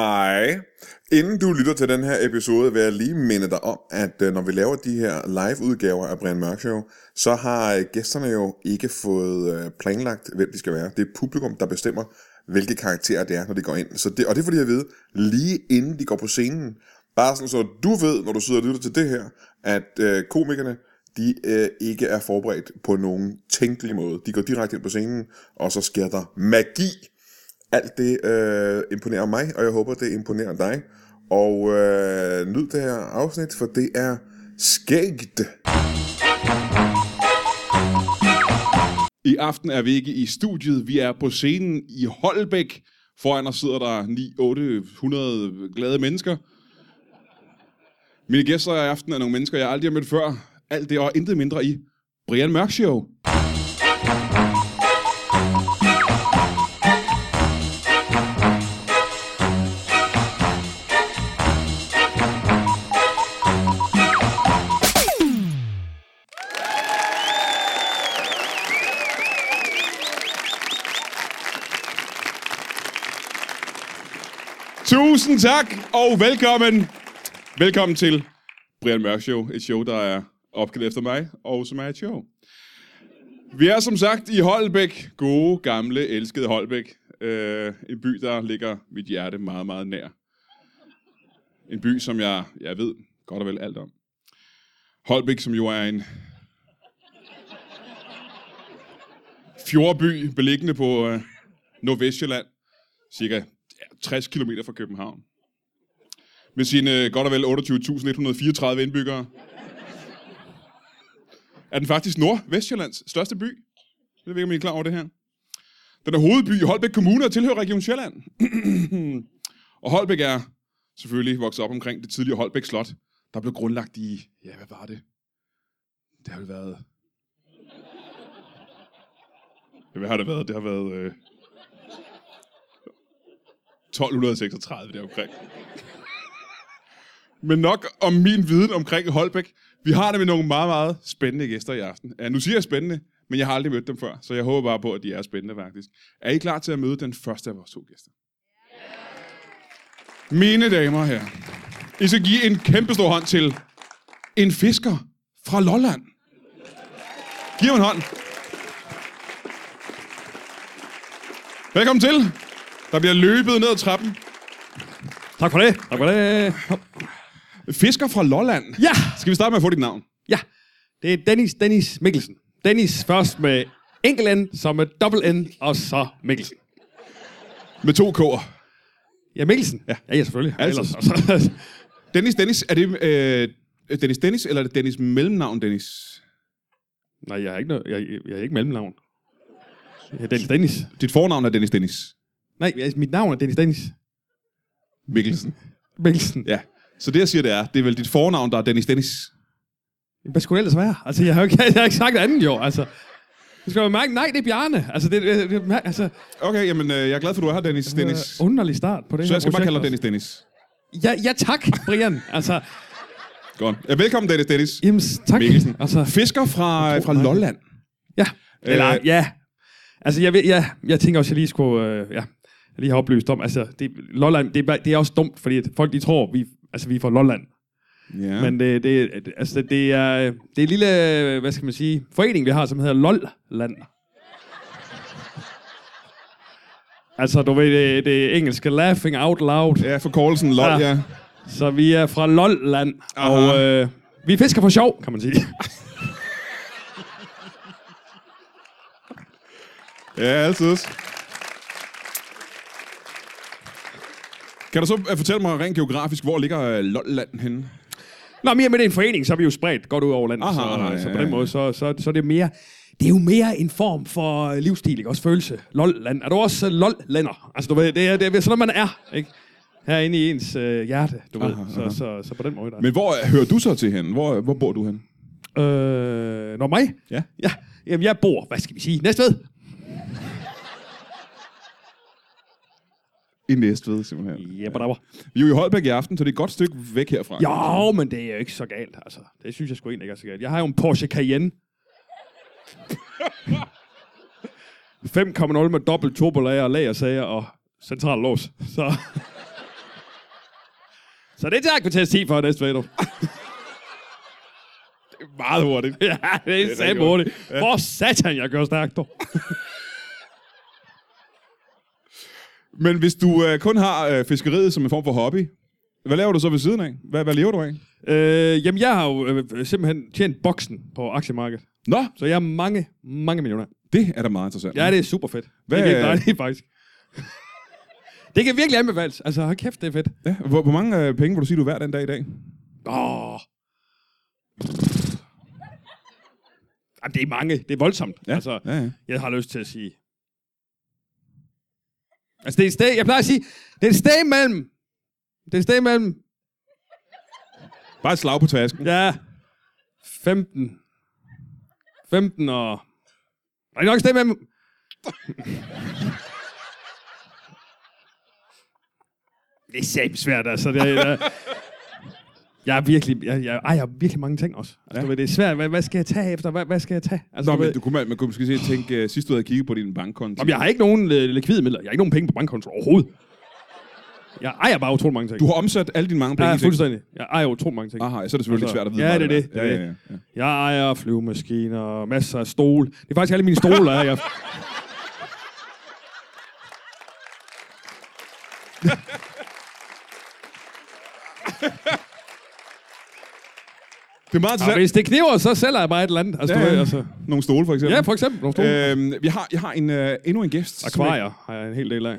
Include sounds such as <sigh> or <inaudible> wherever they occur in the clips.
Hej. Inden du lytter til den her episode, vil jeg lige minde dig om, at øh, når vi laver de her live-udgaver af Brian Mørk Show, så har øh, gæsterne jo ikke fået øh, planlagt, hvem de skal være. Det er publikum, der bestemmer, hvilke karakterer det er, når de går ind. Så det, og det får de at vide lige inden de går på scenen. Bare sådan, så du ved, når du sidder og lytter til det her, at øh, komikerne, de øh, ikke er forberedt på nogen tænkelig måde. De går direkte ind på scenen, og så sker der magi. Alt det øh, imponerer mig, og jeg håber, det imponerer dig. Og øh, nyd det her afsnit, for det er skægt. I aften er vi ikke i studiet, vi er på scenen i Holbæk. Foran os sidder der 9, 8, 100 glade mennesker. Mine gæster i aften er nogle mennesker, jeg aldrig har mødt før. Alt det og intet mindre i Brian Mørk Show. Tusind tak og velkommen. Velkommen til Brian Mørk Show, et show, der er opkaldt efter mig, og som er et show. Vi er som sagt i Holbæk, gode, gamle, elskede Holbæk. Øh, en by, der ligger mit hjerte meget, meget nær. En by, som jeg, jeg ved godt og vel alt om. Holbæk, som jo er en fjordby beliggende på øh, Nordvestjylland, cirka ja, 60 km fra København. Med sine øh, godt og vel 28.134 indbyggere, er den faktisk Nordvestjyllands største by. Jeg ved ikke, om I er klar over det her. Den er hovedby i Holbæk Kommune og tilhører Region Sjælland. <clears throat> og Holbæk er selvfølgelig vokset op omkring det tidligere Holbæk Slot, der blev grundlagt i... Ja, hvad var det? Det har vel været... Ja, hvad har det været? Det har været... Øh... 1236 deromkring. Men nok om min viden omkring Holbæk. Vi har det med nogle meget, meget spændende gæster i aften. Ja, nu siger jeg spændende, men jeg har aldrig mødt dem før, så jeg håber bare på, at de er spændende faktisk. Er I klar til at møde den første af vores to gæster? Mine damer og herrer, I skal give en kæmpe stor hånd til en fisker fra Lolland. Giv ham en hånd. Velkommen til. Der bliver løbet ned ad trappen. Tak for det. Tak for det. Fisker fra Lolland. Ja, Skal vi starte med at få dit navn? ja. Det er Dennis, Dennis Mikkelsen. Dennis først med enkelt N, så med dobbelt N, og så Mikkelsen. Med to K'er. Ja, Mikkelsen. Ja, ja, ja selvfølgelig. Altid. Ellers, Dennis Dennis, er det øh, Dennis Dennis, eller er det Dennis mellemnavn Dennis? Nej, jeg er ikke, noget, jeg, jeg er ikke mellemnavn. Jeg er Dennis Dennis. Dit fornavn er Dennis Dennis Nej, jeg, mit navn er Dennis Dennis Mikkelsen. Mikkelsen. Ja. Ja. Så det, jeg siger, det er, det er vel dit fornavn, der er Dennis Dennis. Hvad skulle det ellers være? Altså, jeg har jo ikke, <laughs> jeg har ikke sagt andet, jo. Altså, det skal jo mærke, nej, det er Bjarne. Altså, det, det, det mær- altså, Okay, jamen, øh, jeg er glad for, at du er her, Dennis Dennis. underlig start på øh, oh, det Så her jeg skal bare projekt kalde dig også. Dennis Dennis. Ja, ja, tak, Brian. Altså, Godt. Ja, velkommen, Dennis Dennis. jamen, tak. Mikkelsen. Altså, Fisker fra, fra Lolland. Ja. Eller, Øh, øh, ja. Altså, jeg, ved, ja, jeg tænker også, jeg lige skulle... Øh, ja, jeg lige har oplyst om, altså, det, Lolland, det, er bare- det er også dumt, fordi at folk, de tror, vi, altså, vi er fra Lolland. Ja. Ja. Men det, det, altså, det, er, det er en lille, øh, hvad skal man sige, forening, vi har, som hedder Lolland. Altså, du ved, det, det engelske laughing out loud. Ja, for Kålsen, lol, ja. Ja. ja. Så vi er fra Lolland, Aha. og øh, vi fisker for sjov, kan man sige. Ja, altid. Kan du så øh, fortælle mig rent geografisk, hvor ligger øh, Lolland henne? Nå, men i og med det er en forening, så er vi jo spredt godt ud over landet. Aha, så, aha, så ja, på den ja. måde, så, så, så er det mere... Det er jo mere en form for øh, livsstil, ikke? Også følelse. Lolland. Er du også uh, lol-lander? Altså, du ved, det er, det er sådan, man er, ikke? Herinde i ens øh, hjerte, du aha, ved. Aha, Så, aha. så, så, på den måde, der er. Men hvor øh, hører du så til henne? Hvor, hvor bor du henne? Øh, når mig? Ja. Ja. Jamen, jeg bor, hvad skal vi sige, næste ved. I Næstved, simpelthen. Jebadabber. Vi er jo i Holbæk i aften, så det er et godt stykke væk herfra. Jo, men det er jo ikke så galt, altså. Det synes jeg sgu egentlig ikke er så galt. Jeg har jo en Porsche Cayenne. <laughs> 5,0 med dobbelt turbolager og lagersager og central lås. Så <laughs> Så det tager kvarters tid for næste fredag. <laughs> Meget hurtigt. ja, det er rigtig samme godt. hurtigt. Hvor satan, jeg gør stærkt, dog. Men hvis du øh, kun har øh, fiskeriet som en form for hobby, hvad laver du så ved siden af? Hvad, hvad lever du af? Øh, jamen, jeg har jo øh, simpelthen tjent boksen på aktiemarkedet. Nå, Så jeg er mange, mange millioner. det er da meget interessant. Ja, det er super fedt. Hvad- Det er virkelig dejligt, faktisk. Det kan virkelig anbefales. Altså, hold kæft, det er fedt. Ja, hvor, hvor mange øh, penge vil du sige, du er hver den dag i dag? Åh. Jamen, det er mange. Det er voldsomt. Ja, Altså, ja, ja. Jeg har lyst til at sige... Altså, det er et sted... Jeg plejer at sige, det er et sted imellem... Det er et sted imellem... Bare et slag på tasken. Ja... 15... 15 og... Nej, det er nok et sted imellem... det er sæt svært, altså. Det er, jeg, jeg er virkelig... Jeg, jeg, ej, jeg har virkelig mange ting også. Altså, Ja. ja. du ved, det er svært. Hvad, hvad skal jeg tage efter? Hvad, hvad skal jeg tage? Altså, Nå, du ved- men du kunne, man, man kunne måske sige, tænke, øh, sidst du havde kigget på din bankkonto. Jamen, jeg har ikke nogen øh, likvide midler. Jeg har ikke nogen penge på bankkonto overhovedet. Jeg ejer bare utrolig mange ting. Du har omsat alle dine mange penge. Ja, i ting. fuldstændig. Jeg ejer utrolig mange ting. Aha, så er det selvfølgelig lidt Altså, svært at vide. ja, hvad det er det, Ja, det er ja, ja, det. ja. Jeg ejer flyvemaskiner, masser af stol. Det er faktisk alle mine stoler, jeg <laughs> ejer. Det er meget Og interessant. hvis det kniver, så sælger jeg bare et eller andet. Altså, ja, du ved, altså. Nogle stole, for eksempel. ja for eksempel. Nogle stole. Øh, Øhm, jeg har, jeg har en, øh, endnu en gæst. som jeg- Akvarier har jeg en hel del af.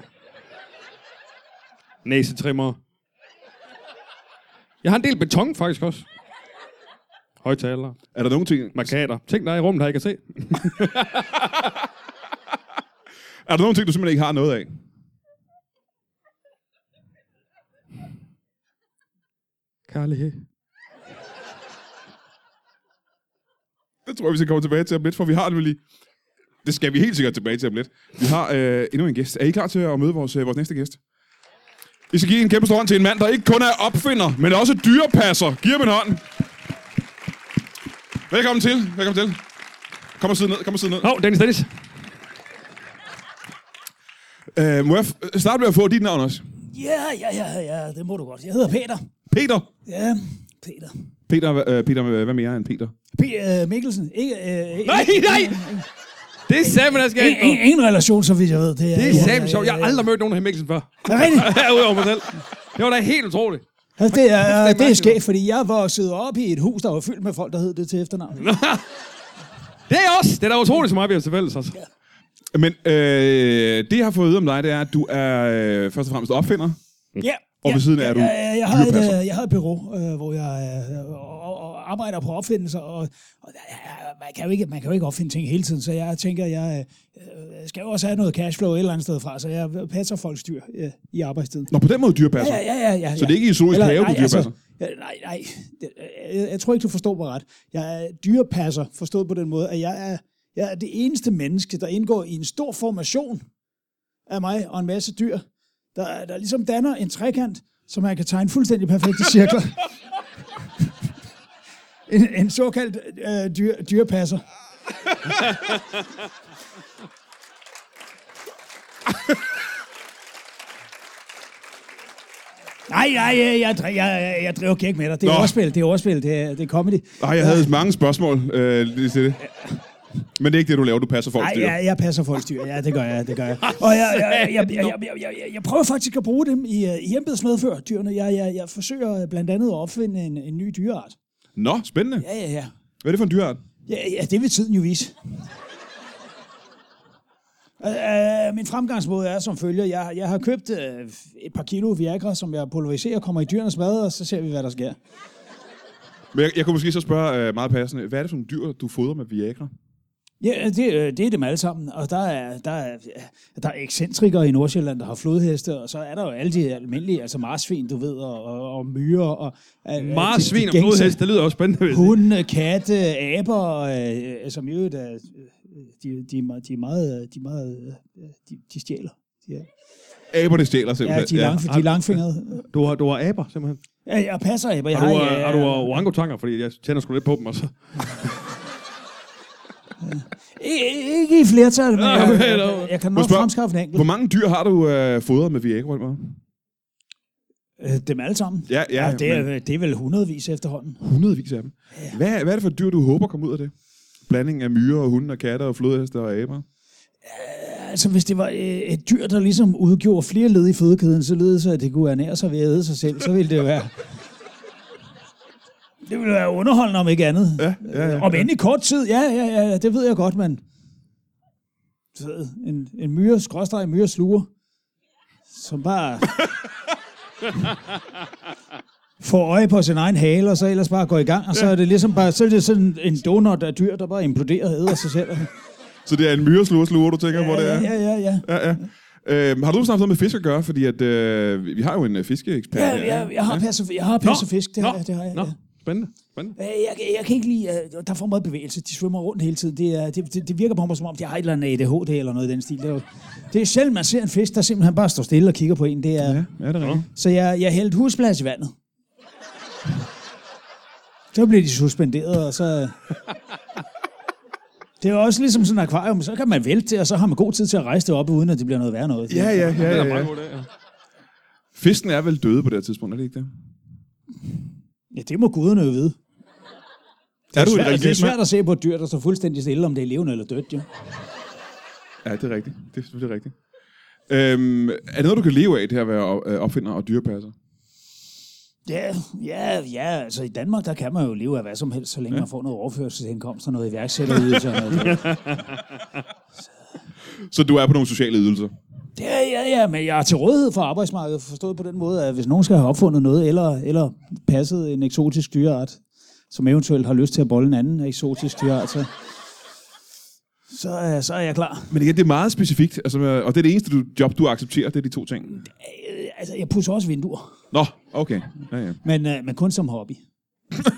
Næsetrimmer. Jeg har en del beton faktisk også. Højtalere, Er der nogen ting, markader, ting der er i rummet, der jeg kan se. er der nogen ting, du simpelthen ikke har noget af? Kærlighed. Det tror jeg, vi skal komme tilbage til om lidt, for vi har nemlig... Det skal vi helt sikkert tilbage til om lidt. Vi har øh, endnu en gæst. Er I klar til at møde vores, øh, vores næste gæst? I skal give en kæmpe stor hånd til en mand, der ikke kun er opfinder, men også dyrepasser. Giv ham en hånd. Velkommen til. Velkommen til. Kom og sidde ned. Kom og sidde ned. Hov, Dennis, Dennis. Øh, må jeg f- starte med at få dit navn også? Ja, ja, ja, ja, det må du godt. Jeg hedder Peter. Peter. Ja, Peter. Peter, hva- øh, Peter hvad mere end Peter? P- øh, Mikkelsen. Ikke, øh, Nej, nej! Det er sammen, der skal Ingen, ingen, ingen relation, så vidt jeg ved. Det er, Det er ja, sammen sjovt. Jeg har aldrig mødt nogen af Mikkelsen før. Er det <laughs> rigtigt? Herudover mig selv. Det var da helt utroligt. Altså, det er, det er mærkeligt. skægt, fordi jeg var siddet op i et hus, der var fyldt med folk, der hed det til efternavn. Det er også. Det er da utroligt, så meget vi har til fælles også. Men øh, det, jeg har fået at vide om dig, det er, at du er øh, først og fremmest opfinder. Ja. Og ja, ved siden af er du ja, ja, jeg, har et, dyrepasser. øh, jeg har et bureau, øh, hvor jeg øh, og, og- og arbejder på opfindelser, og, og der er- man, kan jo ikke, man kan jo ikke opfinde ting hele tiden, så jeg tænker, jeg øh, skal jo også have noget cashflow et eller andet sted fra, så jeg passer folks dyr øh, i arbejdstiden. Nå, på den måde dyrepasser. Ja, ja, ja, ja, ja. Så det er ikke i zoologisk Eller, have, du nej, altså, dyrepasser? ja, nej, nej. Det- Jeg, jeg tror ikke, du forstår mig ret. Jeg er dyrepasser, forstået på den måde, at jeg er, jeg er det eneste menneske, der indgår i en stor formation af mig og en masse dyr, der, der ligesom danner en trekant, som man kan tegne fuldstændig perfekte <laughs> cirkler. en, en såkaldt øh, dyr, dyrepasser. Nej, nej, jeg, jeg, dri- jeg, jeg driver ikke med dig. Det er Nå. overspil, det er overspil, det er, det er comedy. Nej, jeg havde mange spørgsmål øh, lige til det. Men det er ikke det, du laver. Du passer folk Nej, dyr. jeg, jeg passer folks dyr. Ja, det gør jeg, det gør jeg. Og jeg, jeg, jeg, jeg, jeg, jeg, jeg, jeg prøver faktisk at bruge dem i, øh, i embedsmedfør, dyrene. Jeg, jeg, jeg forsøger øh, blandt andet at opfinde en, en ny dyreart. Nå, spændende. Ja, ja, ja. Hvad er det for en dyreart? Ja, ja det vil tiden jo vise. Øh, øh, Min fremgangsmåde er som følger. Jeg, jeg har købt øh, et par kilo Viagra, som jeg pulveriserer, kommer i dyrenes mad, og så ser vi, hvad der sker. Men jeg, jeg kunne måske så spørge øh, meget passende. Hvad er det for en dyr, du fodrer med Viagra? Ja, det, øh, det er dem alle sammen, og der er, der, er, der er ekscentrikere i Nordsjælland, der har flodheste, og så er der jo alle de almindelige, altså marsvin, du ved, og, og, og myrer, og... øh, øh, de- Marsvin de og gængse. flodhest, det lyder også spændende. Hvis det. Hunde, katte, aber, øh, øh, som i øvrigt er, øh, de, de, er meget- de er meget, øh, de, er meget, øh, de, de stjæler. De er, Aberne stjæler ja, simpelthen. de er, lang, de er langfingrede. Du har, du har aber, simpelthen. Ja, jeg passer aber. Jeg Har du, øh, har, øh, har, har du orangutanger? Fordi jeg tænder sgu lidt på dem, altså. og så... ikke, ikke i flertal, men jeg, okay, jeg, nå. jeg, jeg kan Må nok jeg spørge- fremskaffe en enkelt. Hvor mange dyr har du øh, fodret med Viagra? Hvor meget? Øh, Dem alle sammen? Ja, ja, det, er, det er vel hundredvis efterhånden. Hundredvis af dem. Hvad, hvad er det for et dyr, du håber kommer ud af det? Blanding af myrer og hunde og katter og flodhester og aber. Altså, hvis det var øh, et dyr, der ligesom udgjorde flere led i fødekæden, således at det kunne ernære sig ved at æde sig selv, så ville det være... Det ville være underholdende, om ikke andet. Ja, ja, ja. Om end i kort tid, ja, ja, ja, det ved jeg godt, men... Du ved, En, en myre, skråstrej myre sluger, som bare... får øje på sin egen hale, og så ellers bare går i gang, og så er det ligesom bare, så er det sådan en donut af dyr, der bare imploderer og æder sig selv. Så det er en myreslure, sluger, du tænker, ja, hvor det er? Ja, ja, ja. ja. ja. Øhm, har du snakket noget med fisk at gøre? Fordi at, øh, vi har jo en øh, fiskeekspert Ja, her, ja, jeg, jeg har passet, jeg har passet fisk, det nå, har, jeg, det har jeg. nå. ja. Spændende, spændende. Øh, Jeg, jeg, jeg kan ikke lide, øh, der er for meget bevægelse, de svømmer rundt hele tiden. Det, er, det, det, det virker på mig, som om de har et eller andet ADHD eller noget i den stil. Det er, jo, det er sjældent, man ser en fisk, der simpelthen bare står stille og kigger på en. Det er, ja. Ja, er det rigtigt? Så jeg, jeg hældte husplads i vandet. Så blev de suspenderet, og så... Det er jo også ligesom sådan et akvarium, så kan man vælte det, og så har man god tid til at rejse det op, uden at det bliver noget værre noget. Ja, ja, ja. Det er ja, da meget ja. god dag, ja. Fisken er vel døde på det her tidspunkt, er det ikke det? ja det må guderne jo vide. er du svært, en det er religiøs mand? svært at se på et dyr, der står fuldstændig stille, om det er levende eller dødt, jo. Ja, det er rigtigt. Det er selvfølgelig rigtigt. Øhm, er det noget, du kan leve af, det her at være op- øh, opfinder og dyrepasser? Ja, ja, ja, altså i Danmark, der kan man jo leve af hvad som helst, så længe ja. man får noget overførselsindkomst og noget iværksætterydelse. <laughs> og noget. Så du er på nogle sociale ydelser? Det er, ja, ja, men jeg er til rådighed for arbejdsmarkedet, forstået på den måde, at hvis nogen skal have opfundet noget, eller, eller passet en eksotisk dyreart, som eventuelt har lyst til at bolle en anden eksotisk dyreart, så, så, er- så er jeg klar. Men igen, det er meget specifikt, altså, øh, og det er det eneste du, job, du accepterer, det er de to ting. Øh, Altså, jeg pusser også vinduer. Nå, okay. Ja, ja. Men, øh, men kun som hobby. Det var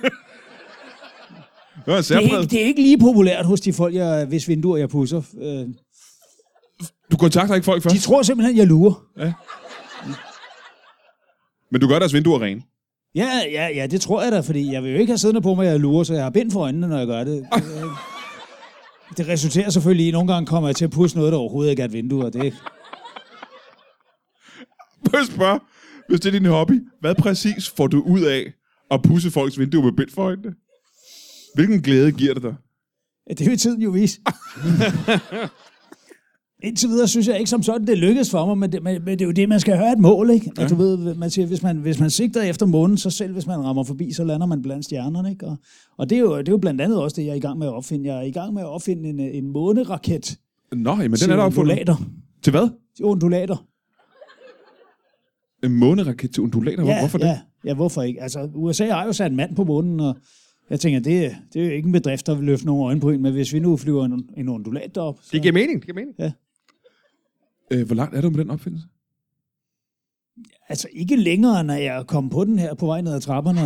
en Det er, særpræget. ikke, det er ikke lige populært hos de folk, jeg, hvis vinduer jeg pusser. Øh, Du kontakter ikke folk De først, tror simpelthen, jeg lurer. men du gør deres vinduer rene. Ja, ja, ja, det tror jeg da, fordi jeg vil jo ikke have siddende på mig, at jeg lurer, så jeg har bind for øjnene, når jeg gør det. Det- Det resulterer selvfølgelig i, at nogle gange kommer jeg til at pusse noget, der overhovedet ikke er et vindue, og det... Må jeg spørge, hvis det er din hobby, hvad præcis får du ud af at pusse folks vinduer med bind for øjnene? Hvilken glæde giver det dig? Det vil tiden jo <laughs> vise. Indtil videre synes jeg ikke som sådan, det lykkes for mig, men det, men, men det er jo det, man skal have et mål, ikke? Ja. Du ved, man siger, hvis man, hvis man sigter efter månen, så selv hvis man rammer forbi, så lander man blandt stjernerne, ikke? Og, og det, er jo, det er jo blandt andet også det, jeg er i gang med at opfinde. Jeg er i gang med at opfinde en, øh, en måneraket Nå, jamen den til er der opfundet. undulater. Til hvad? Til undulater. En måneraket til undulater? Ja, Hvorfor det? ja, Ja, hvorfor ikke? Altså, USA har jo sat en mand på månen, og jeg tænker, det, det er jo ikke en bedrift, der vil løfte nogen øjenbryn, men hvis vi nu flyver en, en undulat op, så Det giver mening, det giver mening. Øh, hvor langt er du med den opfindelse? altså ikke længere, når jeg kom på den her på vej ned <laughs> ad trapperne.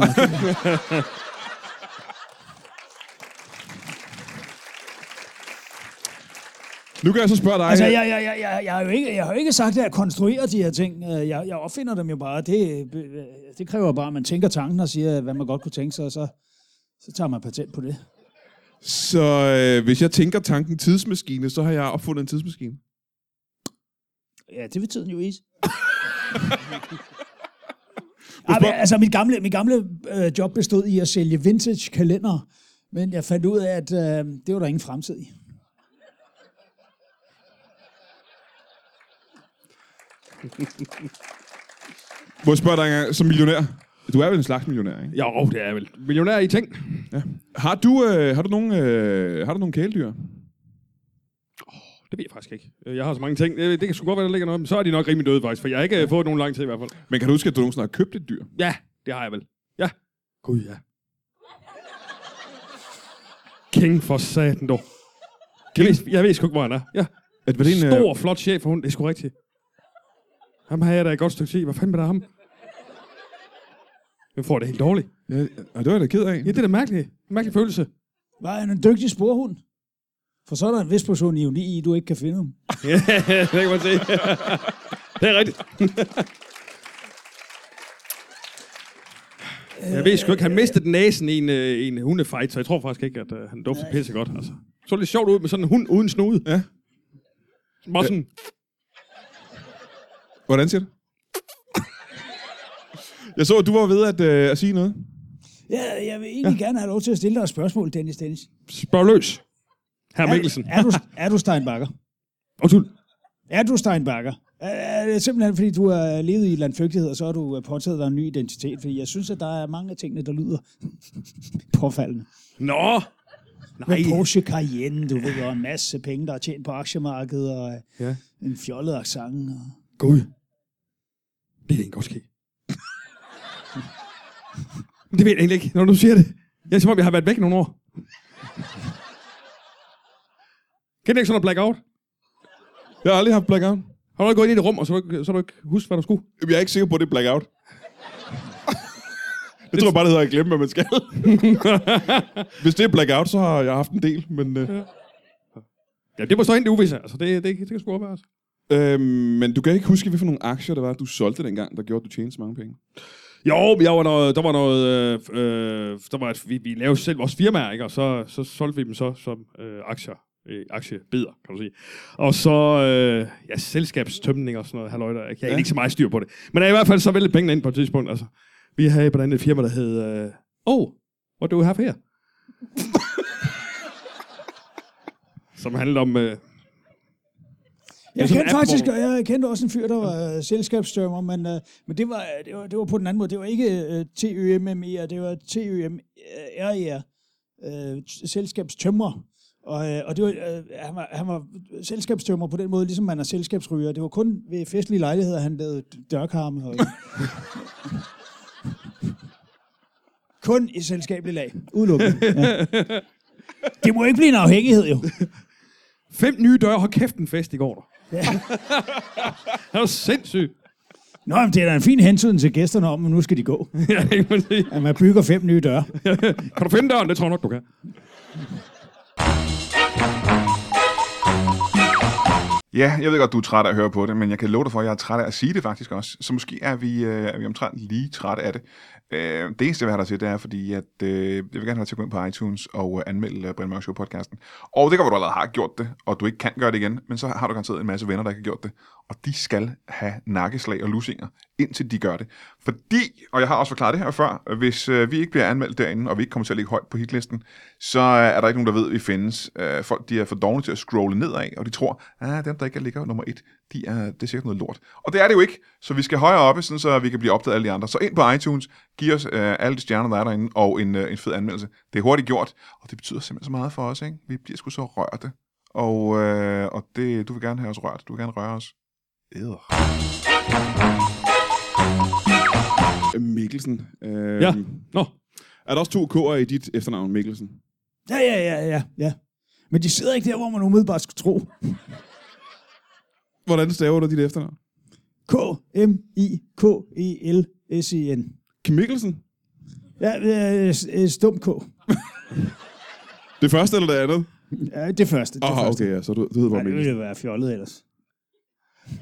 Nu kan jeg så spørge dig. altså, jeg, jeg, jeg, jeg, jeg, har jo ikke, jeg har jo ikke sagt, at jeg konstruerer de her ting. Øh, Jeg, jeg opfinder dem jo bare. Det, øh, det kræver bare, at man tænker tanken og siger, hvad man godt kunne tænke sig, og så, så tager man patent på det. Så øh, hvis jeg tænker tanken tidsmaskine, så har jeg opfundet en tidsmaskine. Ja, det vil tiden jo vise. Ej, men, altså, mit gamle, mit gamle øh, job bestod i at sælge vintage kalender, men jeg fandt ud af, at øh, det var der ingen fremtid i. Må jeg spørge dig engang, som millionær? Du er vel en slags millionær, ikke? Jo, det er vel. Millionær i ting. Ja. Har du, øh, har du nogle, øh, har du nogle kæledyr? Det ved jeg faktisk ikke. Øh, Jeg har så mange ting. Øh, Det kan sgu godt være, der ligger noget. Men så er de nok rimelig døde faktisk, for jeg har ikke øh, fået nogen lang tid i hvert fald. Men kan du huske, at du nogensinde har købt et dyr? Ja, det har jeg vel. Ja. Gud, ja. King for satan, dog. Jeg ved, jeg ved sgu ikke, hvor han er. øh, Ja. At, var det en, øh, Stor, flot chef for hun. Det er sgu rigtigt. Ham har jeg da et godt stykke tid. Hvad fanden med der ham? Jeg får det helt dårligt. Øh, ja, og det var jeg da ked af. Ja, det er da mærkeligt. En mærkelig følelse. Var han en dygtig sporhund? For så er der en vis portion ironi i, du ikke kan finde ham. <laughs> det kan man se. det er rigtigt. Jeg ved sgu ikke, han mistede næsen i en, øh, i en hundefight, så jeg tror faktisk ikke, at øh, han dufter pisse godt. Altså. Så lidt sjovt ud med sådan en hund uden snude. Ja. Bare sådan, Hvordan siger du? Jeg så, at du var ved at, øh, at sige noget. Ja, jeg vil egentlig ja. gerne have lov til at stille dig et spørgsmål, Dennis Dennis. Spørg løs. Herre Mikkelsen. Er, er, du, er du Steinbacher? Undskyld. Er du Steinbacher? Er, er det simpelthen, fordi du har levet i landflygtighed, og så har du øh, påtaget dig en ny identitet? Fordi jeg synes, at der er mange af tingene, der lyder <laughs> påfaldende. Nå. Nej. Porsche Cayenne, du ved, og en masse penge, der er tjent på aktiemarkedet, og Ja. ja. en fjollet accent. Og... Gud. Det er en godt ske. Men det ved jeg egentlig ikke, når du siger det. Jeg er som om, jeg har været væk i nogle år. Kan det ikke sådan noget blackout? Jeg har aldrig haft blackout. Har du ikke gået ind i det rum, og så har du, ikke- så har du ikke husket, hvad du skulle? Jamen, Jeg er ikke sikker på, at det er blackout. Jeg tror bare, det hedder at glemme, hvad man skal. Hvis det er blackout, så har jeg haft en del. Men, øh, Ja, det må stå ind i det uvisse. Altså, det, det, det kan sgu opværes. Altså. øh, men du kan ikke huske, hvilke nogle aktier det var, du solgte dengang, der gjorde, at du tjente så mange penge. Jo, men jeg var noget, der var noget, øh, øh, der var, et, vi, vi lavede selv vores firmaer, ikke? og så, så solgte vi dem så som øh, aktier, øh, aktiebeder, kan du sige. Og så, øh, ja, selskabstømning og sådan noget, halløj, der, jeg har ja. ikke så meget styr på det. Men i hvert fald så væltede pengene ind på et tidspunkt, altså. Vi havde blandt andet et firma, der hed, øh, oh, what do we have here? som handlede om, øh, Jeg sådan Altså, en kendte app, faktisk, hvor- jeg kendte også en fyr, der var øh, selskabsstømmer, men, øh, men det, var, det, var, det var på den anden måde. Det var ikke øh, TØMME'er, det var TØMRE'er, E øh, t- selskabstømmer. Og, øh, og det var, øh, han, var, han var selskabstømmer på den måde, ligesom man er selskabsryger. Det var kun ved festlige lejligheder, han lavede dørkarme. Og, <laughs> kun i selskabelig lag. Udelukkende. Ja. Det må ikke blive en afhængighed, jo. fem nye døre, hold kæft en fest i går. der. <laughs> Ja. det var sindssygt. Nå, men det er da en fin hensyn til gæsterne om, at nu skal de gå. <laughs> ja, ikke man sige. At man bygger fem nye døre. <laughs> Kan du finde døren? Det tror jeg nok, du kan. Ja, jeg ved godt, du er træt af at høre på det, men jeg kan love dig for, at jeg er træt af at sige det faktisk også. Så måske er vi, øh, er vi omtrent lige træt af det. Øh, det eneste, jeg vil have dig til, det er, fordi at, øh, jeg vil gerne have dig til at gå ind på iTunes og øh, anmelde øh, Brian Mørk Show-podcasten. Og det kan være, du allerede har gjort det, og du ikke kan gøre det igen, men så har du garanteret en masse venner, der ikke har gjort det. Og de skal have nakkeslag og lusinger, indtil de gør det. Fordi, og jeg har også forklaret det her før, hvis øh, vi ikke bliver anmeldt derinde, og vi ikke kommer til at ligge højt på hitlisten, så øh, er der ikke nogen, der ved, at vi findes. Øh, folk de er for dovne til at scrolle nedad, og de tror, at dem, der ikke ligger nummer et, de er, det er sikkert noget lort. Og det er det jo ikke, så vi skal højere oppe, sådan, så vi kan blive opdaget af alle de andre. Så ind på iTunes, giv os øh, alle de stjerner, der er derinde, og en, øh, en fed anmeldelse. Det er hurtigt gjort, og det betyder simpelthen så meget for os. Ikke? Vi bliver sgu så rørte. Og, øh, og det, du vil gerne have os rørt. Du vil gerne røre os. Æder. Mikkelsen. Øh, Ja. Nå, Er der også to K'er i dit efternavn, Mikkelsen? Ja, ja, ja, ja, ja. Men de sidder ikke der, hvor man umiddelbart skulle tro. Hvordan staver du dit efternavn? E K-M-I-K-E-L-S-E-N. Kim Mikkelsen? E Ja, øh, s- øh, stum K. Det første eller det andet? Ja, det første. Det Åh, oh, første. okay, ja, så du, du hedder Ej, bare det Mikkelsen. ville være fjollet ellers. Kim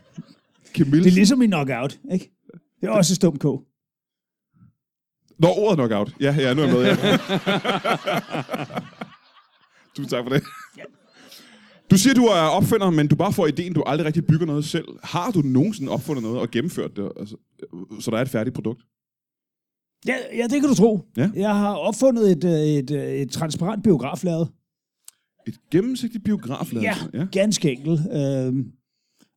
Det er Mikkelsen. ligesom i Knockout, ikke? Det er også et stum K. Nå, ordet nok out. Ja, ja, nu er jeg med. Ja. Tusind tak for det. Du siger, du er opfinder, men du bare får ideen, du aldrig rigtig bygger noget selv. Har du nogensinde opfundet noget og gennemført det, altså, øh, så der er et færdigt produkt? Ja, ja, det kan du tro. Ja. Jeg har opfundet et, øh, et, øh, et transparent biograflade. Et gennemsigtigt biograf, Ja, ja. ganske enkelt. Øhm,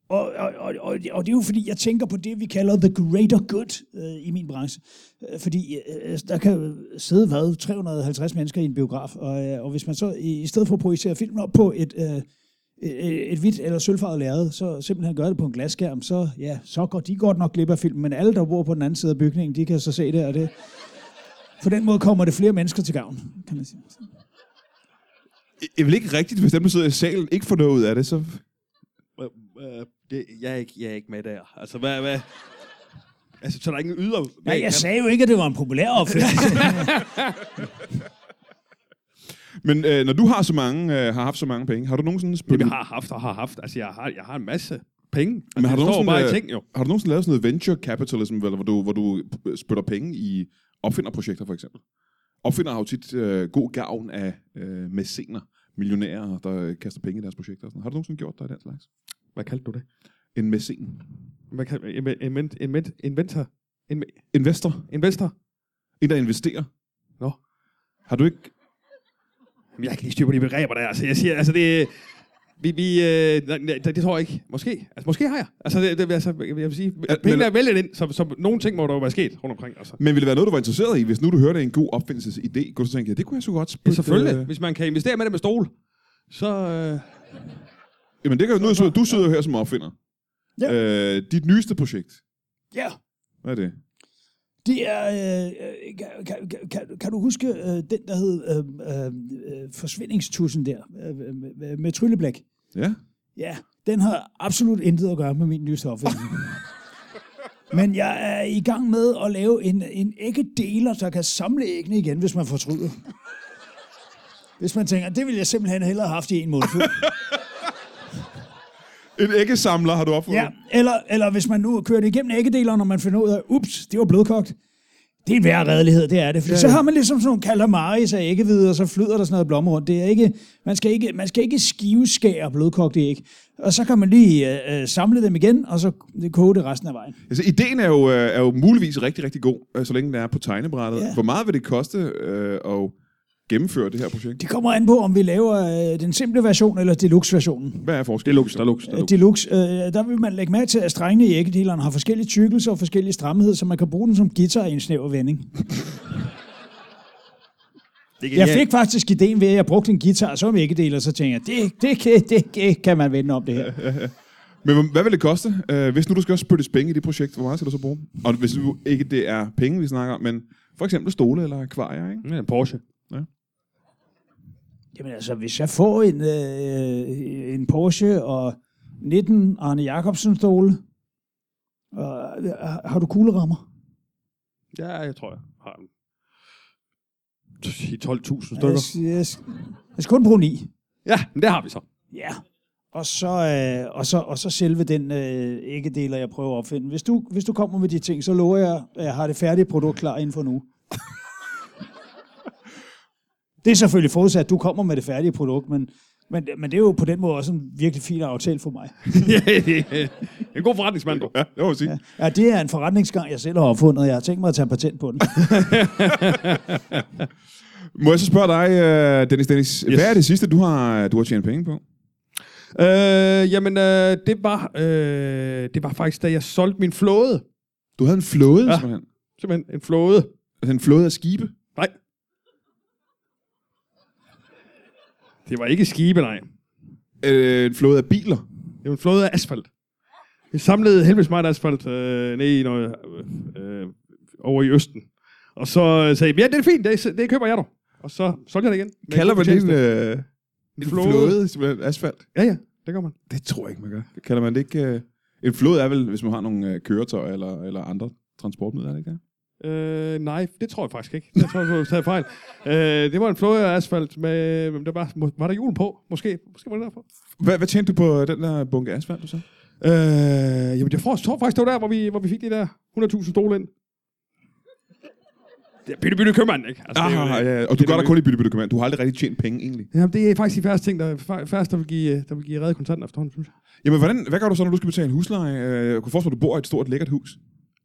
og, og, og, og, og det er jo fordi, jeg tænker på det, vi kalder the greater good øh, i min branche. Øh, fordi øh, der kan sidde, hvad, 350 mennesker i en biograf, og, øh, og hvis man så i, i stedet for at projicere filmen op på et, øh, et, et hvidt eller sølvfarvet lærred, så simpelthen gør det på en glasskærm, så, ja, så går de godt nok glip af filmen, men alle, der bor på den anden side af bygningen, de kan så se det, og det... På den måde kommer det flere mennesker til gavn, kan man sige. Det er vel ikke rigtigt, hvis dem, der sidder i salen, ikke får noget ud af det, så... Øh, øh, det, jeg, er ikke, jeg er ikke med der. Altså, hvad... hvad? Altså, så er der ingen yder... Nej, jeg sagde jo ikke, at det var en populær opfindelse. Men øh, når du har så mange, øh, har haft så mange penge, har du nogensinde spillet... Jamen, jeg har haft og har haft. Altså, jeg har, jeg har en masse penge. Altså, Men har det du, står nogensinde, bare i øh, ting, jo. har du nogensinde lavet sådan noget venture capitalism, eller hvor du, hvor du p- spytter penge i opfinderprojekter, for eksempel? Opfinder har jo tit øh, god gavn af øh, mæscener, millionærer, der øh, kaster penge i deres projekter. Og sådan. noget. Har du nogensinde gjort dig den slags? Hvad kaldte du det? En mæcen. Hvad kaldte, invent, invent, inventor? En investor. Investor? En, der investerer. Nå. Har du ikke... Jamen, jeg kan ikke lige styr på de begreber der. Altså, jeg siger, altså det... Vi, vi, øh, nej, nej, det tror jeg ikke. Måske. Altså, måske har jeg. Altså, det, det, altså jeg vil sige, Ja, at pengene men- er væltet ind, så, så nogle ting må der jo være sket rundt omkring. Altså. Men ville det være noget, du var interesseret i, hvis nu du hørte en god opfindelsesidé? Kunne du tænke, ja, det kunne jeg så godt Ja, spytte... selvfølgelig. øh, Hvis man kan investere med det med stol, så... Øh, Jamen, det kan jo nu, så du sidder jo her som opfinder. Ja. Øh, dit nyeste projekt. Ja, Hvad er det? det er... Øh, øh, kan- kan, kan, kan, kan du huske øh, den, der hed øh, øh, øh, Forsvindingstussen der, øh, med- med, med trylleblæk? Ja. Ja, den har absolut intet at gøre med min nye stofindtagelse. Men jeg er i gang med at lave en, en æggedeler, der kan samle æggene igen, hvis man fortryder. Hvis man tænker, det ville jeg simpelthen hellere have haft i en måned før. En æggesamler har du opfundet. Ja, eller, eller hvis man nu kører det igennem æggedeleren, og man finder ud af, ups, det var blødkogt. Det er en værre redelighed, det er det. Fordi ja, ja. så har man ligesom sådan nogle kalamaris af æggehvide, og så flyder der sådan noget blomme rundt. Det er ikke, man, skal ikke, man skal ikke skiveskære blødkogte æg. Og så kan man lige øh, øh, samle dem igen, og så koge det resten af vejen. Altså, ideen er jo, øh, er jo muligvis rigtig, rigtig god, øh, så længe den er på tegnebrættet. Ja. Hvor meget vil det koste øh, at gennemføre det her projekt? Det kommer an på, om vi laver øh, den simple version eller deluxe-versionen. Hvad er forskellen? Det er luks, der er luks. der Øh, Deluxe, øh, der vil man lægge mærke til, at strengene i æggedeleren har forskellige tykkelser og forskellige stramhed, så man kan bruge den som guitar i en snæver vending. det Jeg fik faktisk ideen ved, at jeg brugte en guitar som æggedeler, så tænkte jeg, det, det, kan, det, det kan man vende om det her. Men hvor- hvad vil det koste, øh, hvis nu du skal også spyttes penge i det projekt? Hvor meget skal du så bruge? Og hvis nu ikke det er penge, vi snakker om, men for eksempel stole eller akvarier, ikke? Ja, en Porsche. Jamen altså, hvis jeg får en, øh, en Porsche og 19 Arne Jacobsen stole, og, øh, har du kuglerammer? Ja, jeg tror, jeg har den. Sige 12.000 Jeg, stykker. jeg, jeg, jeg skal kun bruge 9. Ja, men det har <laughs> vi så. Ja. Og så, øh, og så, og så selve den øh, æggedeler, jeg prøver at opfinde. Hvis du, hvis du kommer med de ting, så lover jeg, at jeg har det færdige produkt klar inden <laughs> for nu. det er selvfølgelig forudsat, at du kommer med det færdige produkt, men, men, men det er jo på den måde også en virkelig fin aftale for mig. en god forretningsmand, du. Ja, det må man sige. Ja. Ja, det er en forretningsgang, jeg selv har opfundet. Jeg har tænkt mig at tage patent på den. Må jeg så spørge dig, øh, Dennis Dennis, yes. hvad er det sidste, du har, du har tjent penge på? Øh, jamen, øh, det, var, øh, det var faktisk, da jeg solgte min flåde. Du havde en flåde, ja. Ja. simpelthen. Simpelthen en flåde. Altså en flåde af skibe. Nej. Det var ikke skibe, nej. Øh, en flåde af biler. Det var en flåde af asfalt. Vi samlede helvedes meget asfalt øh, ned i noget, øh, øh, over i Østen. Og så øh, sagde jeg, ja, det er fint, det, det køber jeg dog. Og så solgte jeg det igen. Med Kalder god man det en, fortjeneste. øh, en flåde, flåde. flåde simpelthen, asfalt? Ja, ja, det gør man. Det tror jeg ikke, man gør. Det kalder man det ikke... Øh... En flod er vel, hvis man har nogle øh, køretøjer eller, eller andre transportmidler, er det ikke det? Øh, nej, det tror jeg faktisk ikke. Jeg tror, du har taget fejl. Øh, det var en flåde af asfalt med... men Der var, må- var der hjul på? Måske, måske var det derfor. Hvad, hvad tjente du på øh, den der bunke asfalt, du så? Øh, jamen, jeg tror, tror faktisk, det var der, hvor vi, hvor vi fik de der 100.000 stole ind. Det er bytte, bytte købmand, ikke? Altså, det er jo Ah, det. ja, og du det gør er dig jo- kun i byttebyttekommand. Du har aldrig rigtig tjent penge, egentlig. Jamen, det er faktisk de færreste ting, der, fa- færreste, der vil give, øh, der vil give redde kontanter efterhånden, synes jeg. Jamen, hvordan, hvad gør du så, når du skal betale husleje? Øh, Jeg kunne forestille mig, at du bor i et stort, lækkert hus.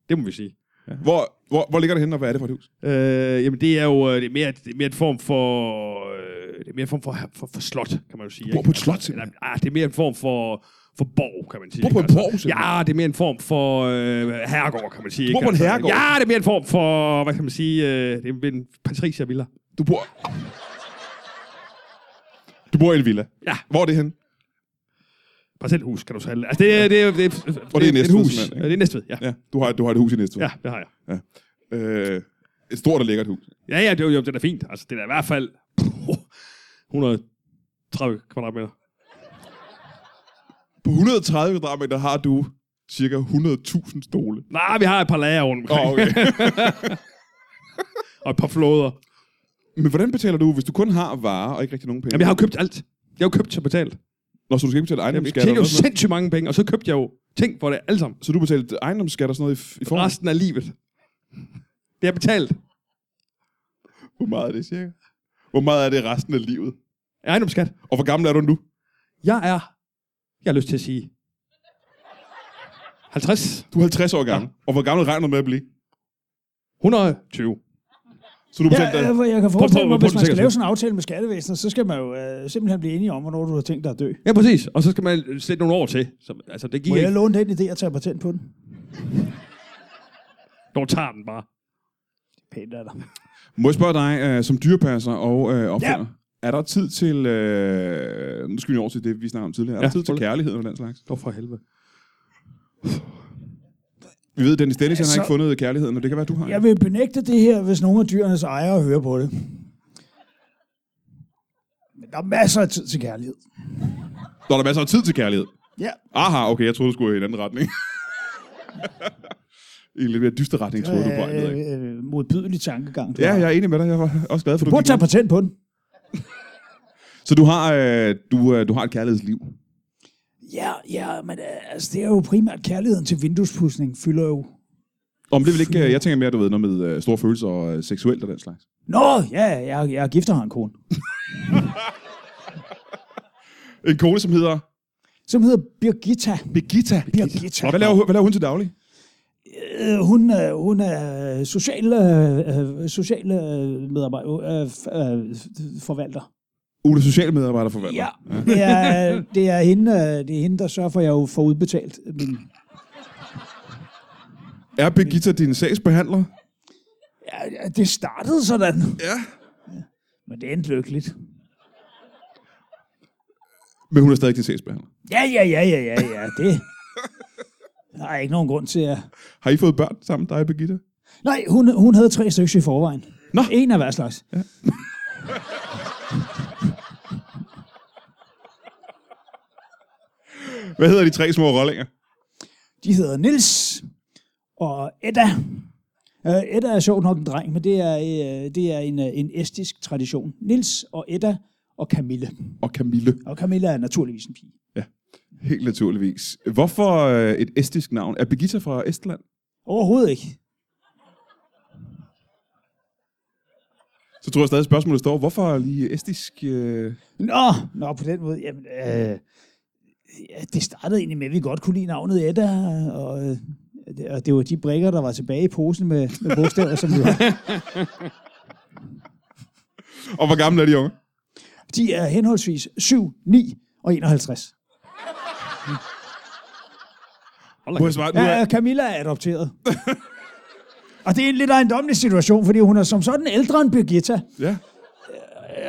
Det må vi sige. Ja. Hvor, hvor, hvor ligger det henne, og hvad er det for et hus? Øh, jamen, det er jo øh, det er mere, det er mere en form for... Øh, det er mere en form for, for, for slot, kan man jo sige. Du bor ikke? på et slot, Eller, simpelthen. ah, det er mere en form for, for borg, kan man sige. Bor på ikke? en borg, simpelthen? Ja, det er mere en form for øh, herregård, kan man sige. Bor ikke? på en Altså, herregård? Ja, det er mere en form for, hvad kan man sige, øh, det er en patricia villa. Du bor... Du bor i en villa. Ja. Hvor er det henne? Parcelhus, kan du så Altså, det, er- det, er- det, er- det, Og det er Næstved, et hus. simpelthen, ikke? Ja, det er Næstved, ja. Ja, du har, du har et hus i Næstved. Ja, det har jeg. Øh, et stort og lækkert hus. Ja, ja, det, er jo, det er da fint. Altså, det er da i hvert fald <laughs> puh, 130 kvadratmeter. På 130 kvadratmeter har du cirka 100.000 stole. Nej, vi har et par lager rundt omkring, Åh, oh. okay. og et par flåder. <laughs> Men hvordan betaler du, hvis du kun har varer og ikke rigtig nogen penge? Jamen, jeg har jo købt alt. Jeg har jo købt og betalt. Nå, så du skal ikke betale Jamen, jeg ejendomsskat? tjener jo eller noget? sindssygt mange penge, og så købte jeg jo ting for det alle sammen. Så du betalte ejendomsskat og sådan noget i, i form? Resten af livet. Det er betalt. Hvor meget er det cirka? Hvor meget er det resten af livet? Ejendomsskat. Og hvor gammel er du nu? Jeg er, jeg har lyst til at sige, 50. Du er 50 år gammel. Ja. Og hvor gammel regner du med at blive? 120. Så du betalte Ja, ja, øh, jeg kan Prøv- prøv- forestille mig, prøv hvis den man skal sikkert. lave sådan en aftale med skattevæsenet, så skal man jo øh, simpelthen blive enige om, hvornår du har tænkt dig at dø. Ja, præcis. Og så skal man sætte nogle år til. Så, altså, det Må giver jeg ikke. låne den idé at tage patent på den? Nå, tager den bare. Pænt er der. Må jeg spørge dig, øh, som dyrepasser og øh, opfinder, ja. er der tid til, øh, nu skal vi over til det, vi snakkede om tidligere, er der Ja, tid til selvfølgelig. kærlighed og den slags? Nå, for helvede. Vi ved, Dennis Dennis han har Altså- ikke fundet kærligheden, og det kan være, du har. Jeg vil benægte det her, hvis nogen af dyrenes ejere hører på det. Men der er masser af tid til kærlighed. Nå, der er masser af tid til kærlighed. Ja, Aha, okay, jeg troede, du skulle i en anden retning. <laughs> I en lidt mere dyster retning, troede du på. Jeg ved ikke. øh, øh, modbydelig tankegang. Du Ja, har. jeg er enig med dig. Jeg var også glad for, Prøv du at tage patent på den. Så du har, øh, du, øh, du har et kærlighedsliv. Ja, ja, men øh, altså, det er jo primært kærligheden til vinduespudsning, fylder jo. Om det vil ikke, øh, jeg tænker mere, du ved, noget med øh, store følelser og øh, seksuelt og den slags. Nå, ja, jeg, jeg er gift og har en kone. En kone, som hedder Som hedder Birgitta. Birgitta. Birgitta. Hvad laver, hun- hvad laver hun til daglig? Øh, hun, er, hun er social, øh, øh, social øh, medarbejder, øh, f- øh, f- forvalter. Hun er social medarbejder for Ja, det er, det, er hende, øh, det er hende, der sørger for, at jeg jo får udbetalt. Min, Er Birgitta din sagsbehandler? ja, ja, det startede sådan, Ja. men det endte lykkeligt. Men hun er stadig din sagsbehandler. Ja, ja, ja, ja, ja, ja, det... Der er ikke nogen grund til at... Har I fået børn sammen, dig og Birgitta? Nej, hun, hun havde tre stykker i forvejen. Nå. En af hver slags. Ja. Hvad hedder de tre små rollinger? De hedder Nils og Edda. Øh, Edda er sjovt nok en dreng, men det er, øh, det er en, øh, en estisk tradition. Nils og Edda og Camille. Og Camille. Og Camille er naturligvis en pige. Helt naturligvis. Hvorfor øh, et estisk navn? Er Birgitta fra Estland? Overhovedet ikke. Så tror jeg stadig, spørgsmålet står, hvorfor lige estisk? Øh... Nå, nå på den måde. Jamen, øh, ja, det startede egentlig med, at vi godt kunne lide navnet Edda, og, øh, det- og det var de brikker, der var tilbage i posen med, med bogstaver, som vi var. Og hvor gamle er de unge? De er henholdsvis 7, 9 og 51. Må jeg svare? Nu Ja, er... Camilla er adopteret. og det er en lidt ejendommelig situation, fordi hun er som sådan ældre end Birgitta, ja.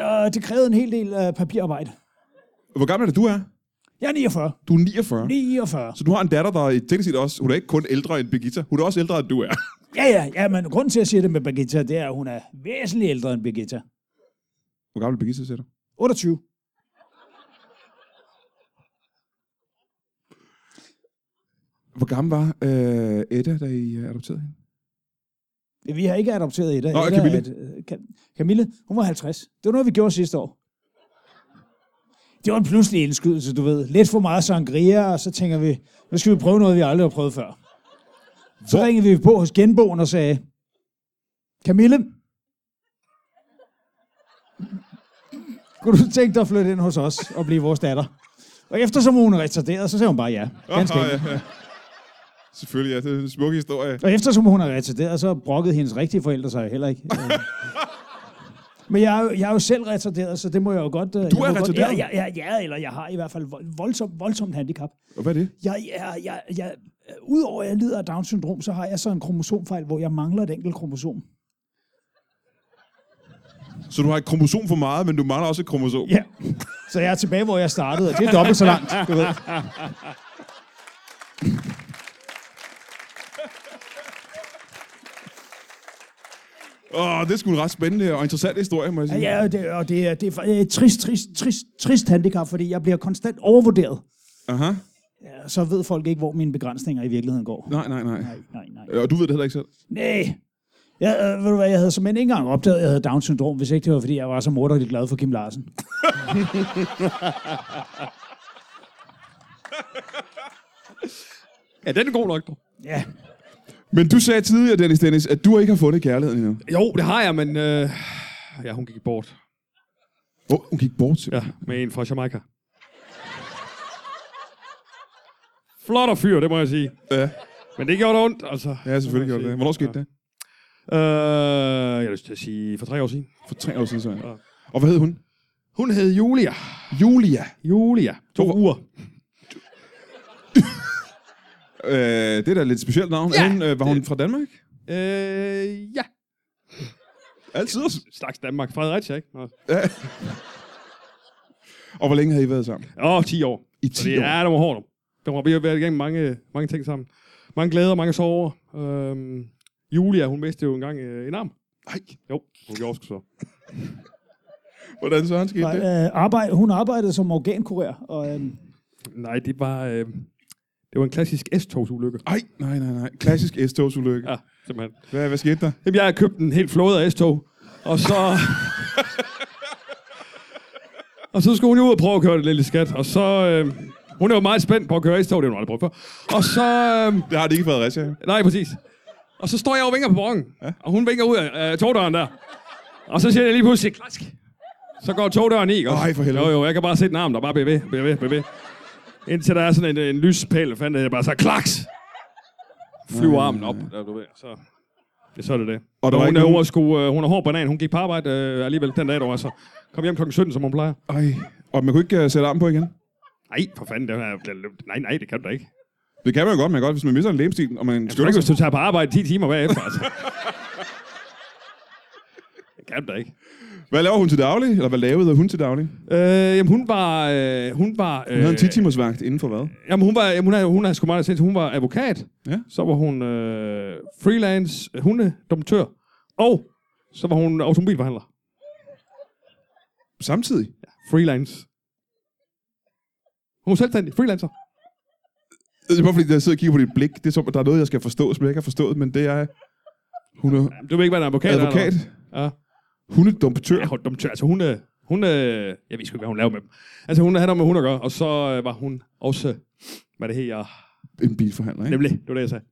og det krævede en hel del øh, papirarbejde. Hvor gammel er det, du er? Jeg er 49. Du er 49. 49. Så du har en datter, der er i teknisk set også, hun er ikke kun ældre end Birgitta, hun er også ældre end du er. Ja, ja, ja, men grunden til, at jeg siger det med Birgitta, det er, at hun er væsentligt ældre end Birgitta. Hvor gammel er Birgitta, siger du? 28. Hvor gammel var øh, Edda, da I øh, adopterede hende? Vi har ikke adopteret Edda. Nå, Edda Camille. er et, øh, Cam- Camille, hun var 50. Det var noget, vi gjorde sidste år. Det var en pludselig indskydelse, du ved. Lidt for meget sangria, og så tænker vi, nu skal vi prøve noget, vi aldrig har prøvet før. Så Hvor- ringede vi på hos genboen og sagde, Camille, kunne du tænke dig at flytte ind hos os og blive vores datter? Og eftersom hun er retarderet, så sagde hun bare ja. Ganske Åh, enkelt. ja, ja. <laughs> Selvfølgelig, ja. Det er en smuk historie. Og eftersom hun er retarderet, så brokkede hendes rigtige forældre sig heller <laughs> ikke. Øh. Men jeg er, jo, jeg er jo selv retarderet, så det må jeg jo godt... Du er retarderet? Ja, ja, ja, eller jeg har i hvert fald vold- voldsomt, voldsomt handicap. Og hvad er det? Jeg, jeg, jeg, jeg, udover at jeg lider af Down syndrom, så har jeg så en kromosomfejl, hvor jeg mangler et enkelt kromosom. Så du har et kromosom for meget, men du mangler også et kromosom. Ja. <laughs> Så jeg er tilbage, hvor jeg startede, og det er dobbelt så langt, du ved. Åh, det er sgu en ret spændende og interessant historie, må jeg sige. Ja, og det, og det, er, det er et trist, trist, trist, trist handicap, fordi jeg bliver konstant overvurderet. Aha. Ja, Så ved folk ikke, hvor mine begrænsninger i virkeligheden går. Nej, nej, nej. Nej, nej, nej. Og du ved det heller ikke selv. Nej. Jeg, øh, ved du hvad, jeg havde som ikke engang opdaget, at jeg havde Down-syndrom, hvis ikke det var, fordi jeg var så morderligt glad for Kim Larsen. Ja, den er god nok, du. Ja. Men du sagde tidligere, Dennis Dennis, at du ikke har fundet kærligheden endnu. Jo, det har jeg, men... Øh, ja, hun gik bort. Åh, oh, hun gik bort til. Ja, med en fra Jamaica. Flot og fyr, det må jeg sige. ja. Men det gjorde det ondt, altså. ja selvfølgelig gjorde det. Hvornår skete det? Øh, jeg har lyst til at sige for tre år siden. For tre år siden, så jeg. Og hvad hed hun? Hun hed Julia. Julia. Julia. To Hvorfor- uger. Øh, det er da et lidt specielt navn. Ja. Ja. Hun, øh, var hun fra Danmark? Øh, ja. Altid. Slags Danmark. Fredericia, ikke? Nå. Og hvor længe havde I været sammen? Åh, oh, 10 år. I Så 10 det, år? Ja, det var hårdt. Det var, vi har været igennem mange, mange ting sammen. Mange glæder, mange sorger. Øhm, Julia, hun mistede jo engang øh, en arm. Nej. Jo, hun gjorde sgu så. Hvordan så han skete Nej, det? øh, arbejde, hun arbejdede som organkurér, og øh, Nej, det var, øh, det var en klassisk S-togsulykke. Ej, nej, nej, nej. Klassisk S-togsulykke. Ja, simpelthen. Hvad, hvad skete der? Jamen, jeg har købt en helt flåde af S-tog, og <laughs> så... og så skulle hun jo ud og prøve at køre det lille skat, og så... Øh, hun er jo meget spændt på at køre S-tog, det har hun aldrig prøvet før. Og så... Øh, Det har det ikke i Fredericia. nej, præcis. Og så står jeg og vinker på borgen, ja. og hun vinker ud af øh, togdøren der. Og så siger jeg lige pludselig, klask. Så går togdøren i, ikke også? Ej, for helvede. Jo, jo, jeg kan bare se den arm, der bare bliver ved, bliver ved, bliver ved. Indtil der er sådan en, en lyspæl, fandt jeg bare så klaks. Flyver armen op, der, du ved, så... Ja, så er det det. Og Og der der var hun, ikke er nogen- nogen... sku, øh, hun er hård banan. Hun gik på arbejde øh, alligevel den dag, der var så. Kom hjem klokken 17, som hun plejer. Ej. Og man kunne ikke øh, sætte armen på igen? Nej, for fanden. Det er, det- nej, nej, det kan du da ikke. Det kan man jo godt, man kan godt, hvis man mister en lemstil, og man Jeg skal skynder ikke, sig. hvis du tager på arbejde 10 timer bagefter, <laughs> altså. det kan du da ikke. Hvad laver hun til daglig? Eller hvad lavede hun til daglig? Hun Øh, jamen, hun var... Øh, hun var... Øh, havde en 10 timers vagt inden for hvad? Jamen, hun var... Jamen, hun, havde, hun, havde sgu meget sindssygt. Hun var advokat. Ja. Så var hun øh, freelance øh, hundedomtør. Og så var hun automobilforhandler. Samtidig? Freelance. Hun var selvstændig. Freelancer. Det er bare fordi, jeg sidder og kigger på dit blik. Det er som, der er noget, jeg skal forstå, som jeg ikke har forstået, men det er... Hun er Du ved ikke, hvad en advokat, advokat, er? eller hvad? hundedomptør. Ja. Ja, de tør, altså hun, øh, hun, øh, jeg ved sgu ikke, hvad hun laver med dem. Altså hun havde med hun at gøre, og så øh, var hun også, hvad det her, En bilforhandler, ikke? nemlig, det var det, jeg sagde.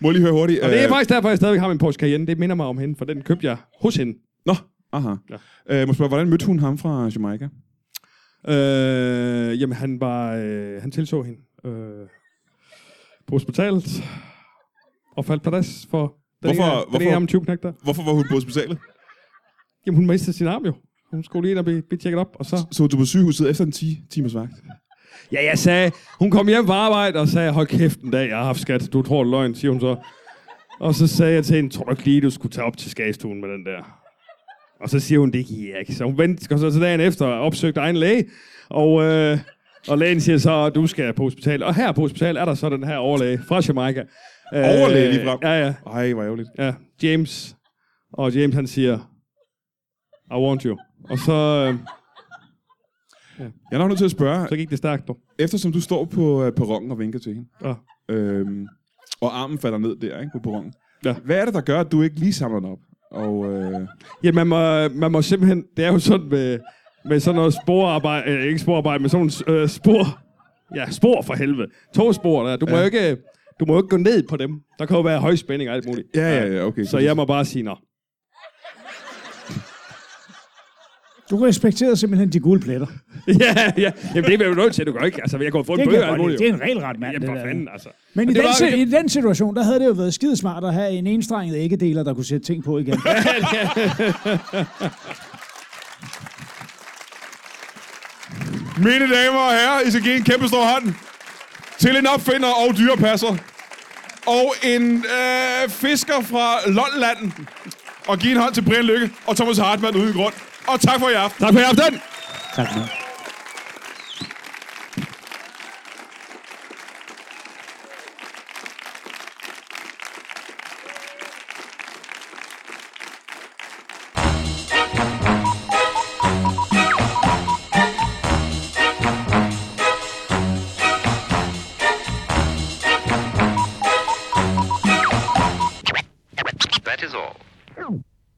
Må jeg lige høre hurtigt. Og det er øh, faktisk derfor, jeg stadigvæk har min Porsche Cayenne. Det minder mig om hende, for den købte jeg hos hende. Nå, aha. Ja. Ja. Øh, må jeg spørge, hvordan mødte hun ham fra Jamaica? Øh, jamen han var, øh, han tilså hende øh, på hospitalet, og faldt plads for den Hvorfor- ene, den hvorfor- ene arm 20 knægt der. Hvorfor var hun på hospitalet? <laughs> Jamen hun mistede sin arm jo. Hun skulle lige ind og blive, blive tjekket op, og så... Så du på sygehuset efter en 10 timers vagt? Ja, jeg sagde, hun kom hjem fra arbejde og sagde, hold kæft en dag, jeg har haft skat, du tror det er løgn, siger hun så. Og så sagde jeg til hende, tror du ikke lige, du skulle tage op til skagestuen med den der? Og så siger hun, det giver jeg ikke. Så hun venter så til dagen efter og opsøgte egen læge, og, øh, og lægen siger så, du skal på hospital. Og her på hospital er der så den her overlæge fra Jamaica. Øh, Overlæge ligefrem? Ja, ja, Ej, hvor ærgerligt. ja. James. Og James han siger, I want you. Og så, øh, Jeg er nok nødt til at spørge, så gik det stærkt, du. eftersom du står på øh, perronen og vinker til hende, Ja. øhm, og armen falder ned der ikke, på perronen. Ja. Hvad er det, der gør, at du ikke lige samler den op? Og, øh, Ja, man må, man må simpelthen... Det er jo sådan med, med sådan noget sporarbejde... Øh, ikke sporarbejde, men sådan nogle øh, spor... Ja, spor for helvede. Togspor, der. Du må jo ikke... Du må jo ikke gå ned på dem. Der kan jo være højspænding og alt muligt. ja, ja, ja, okay. Så jeg må bare sige, nå. <laughs> du respekterede simpelthen de gule pletter. Det ja, ja. Jamen, det er jeg jo nødt til, du gør ikke. Altså, jeg kan jo få en kan bøde jeg og alt godt muligt. lide. Det jo. er en regelret mand, Jamen, det for der. fanden, altså. Men i Og den, det var- si- i den situation, der havde det jo været skidesmart at have en enstrenget æggedeler, der kunne sætte ting <laughs> på igen. Mine damer og herrer, I skal give en kæmpe stor hånd til en opfinder og dyrepasser. Og en øh, fisker fra Lolland. Og give en hånd til Brian Lykke og Thomas Hartmann ude i grund. Og tak for i aften. Tak for i aften! tak, man.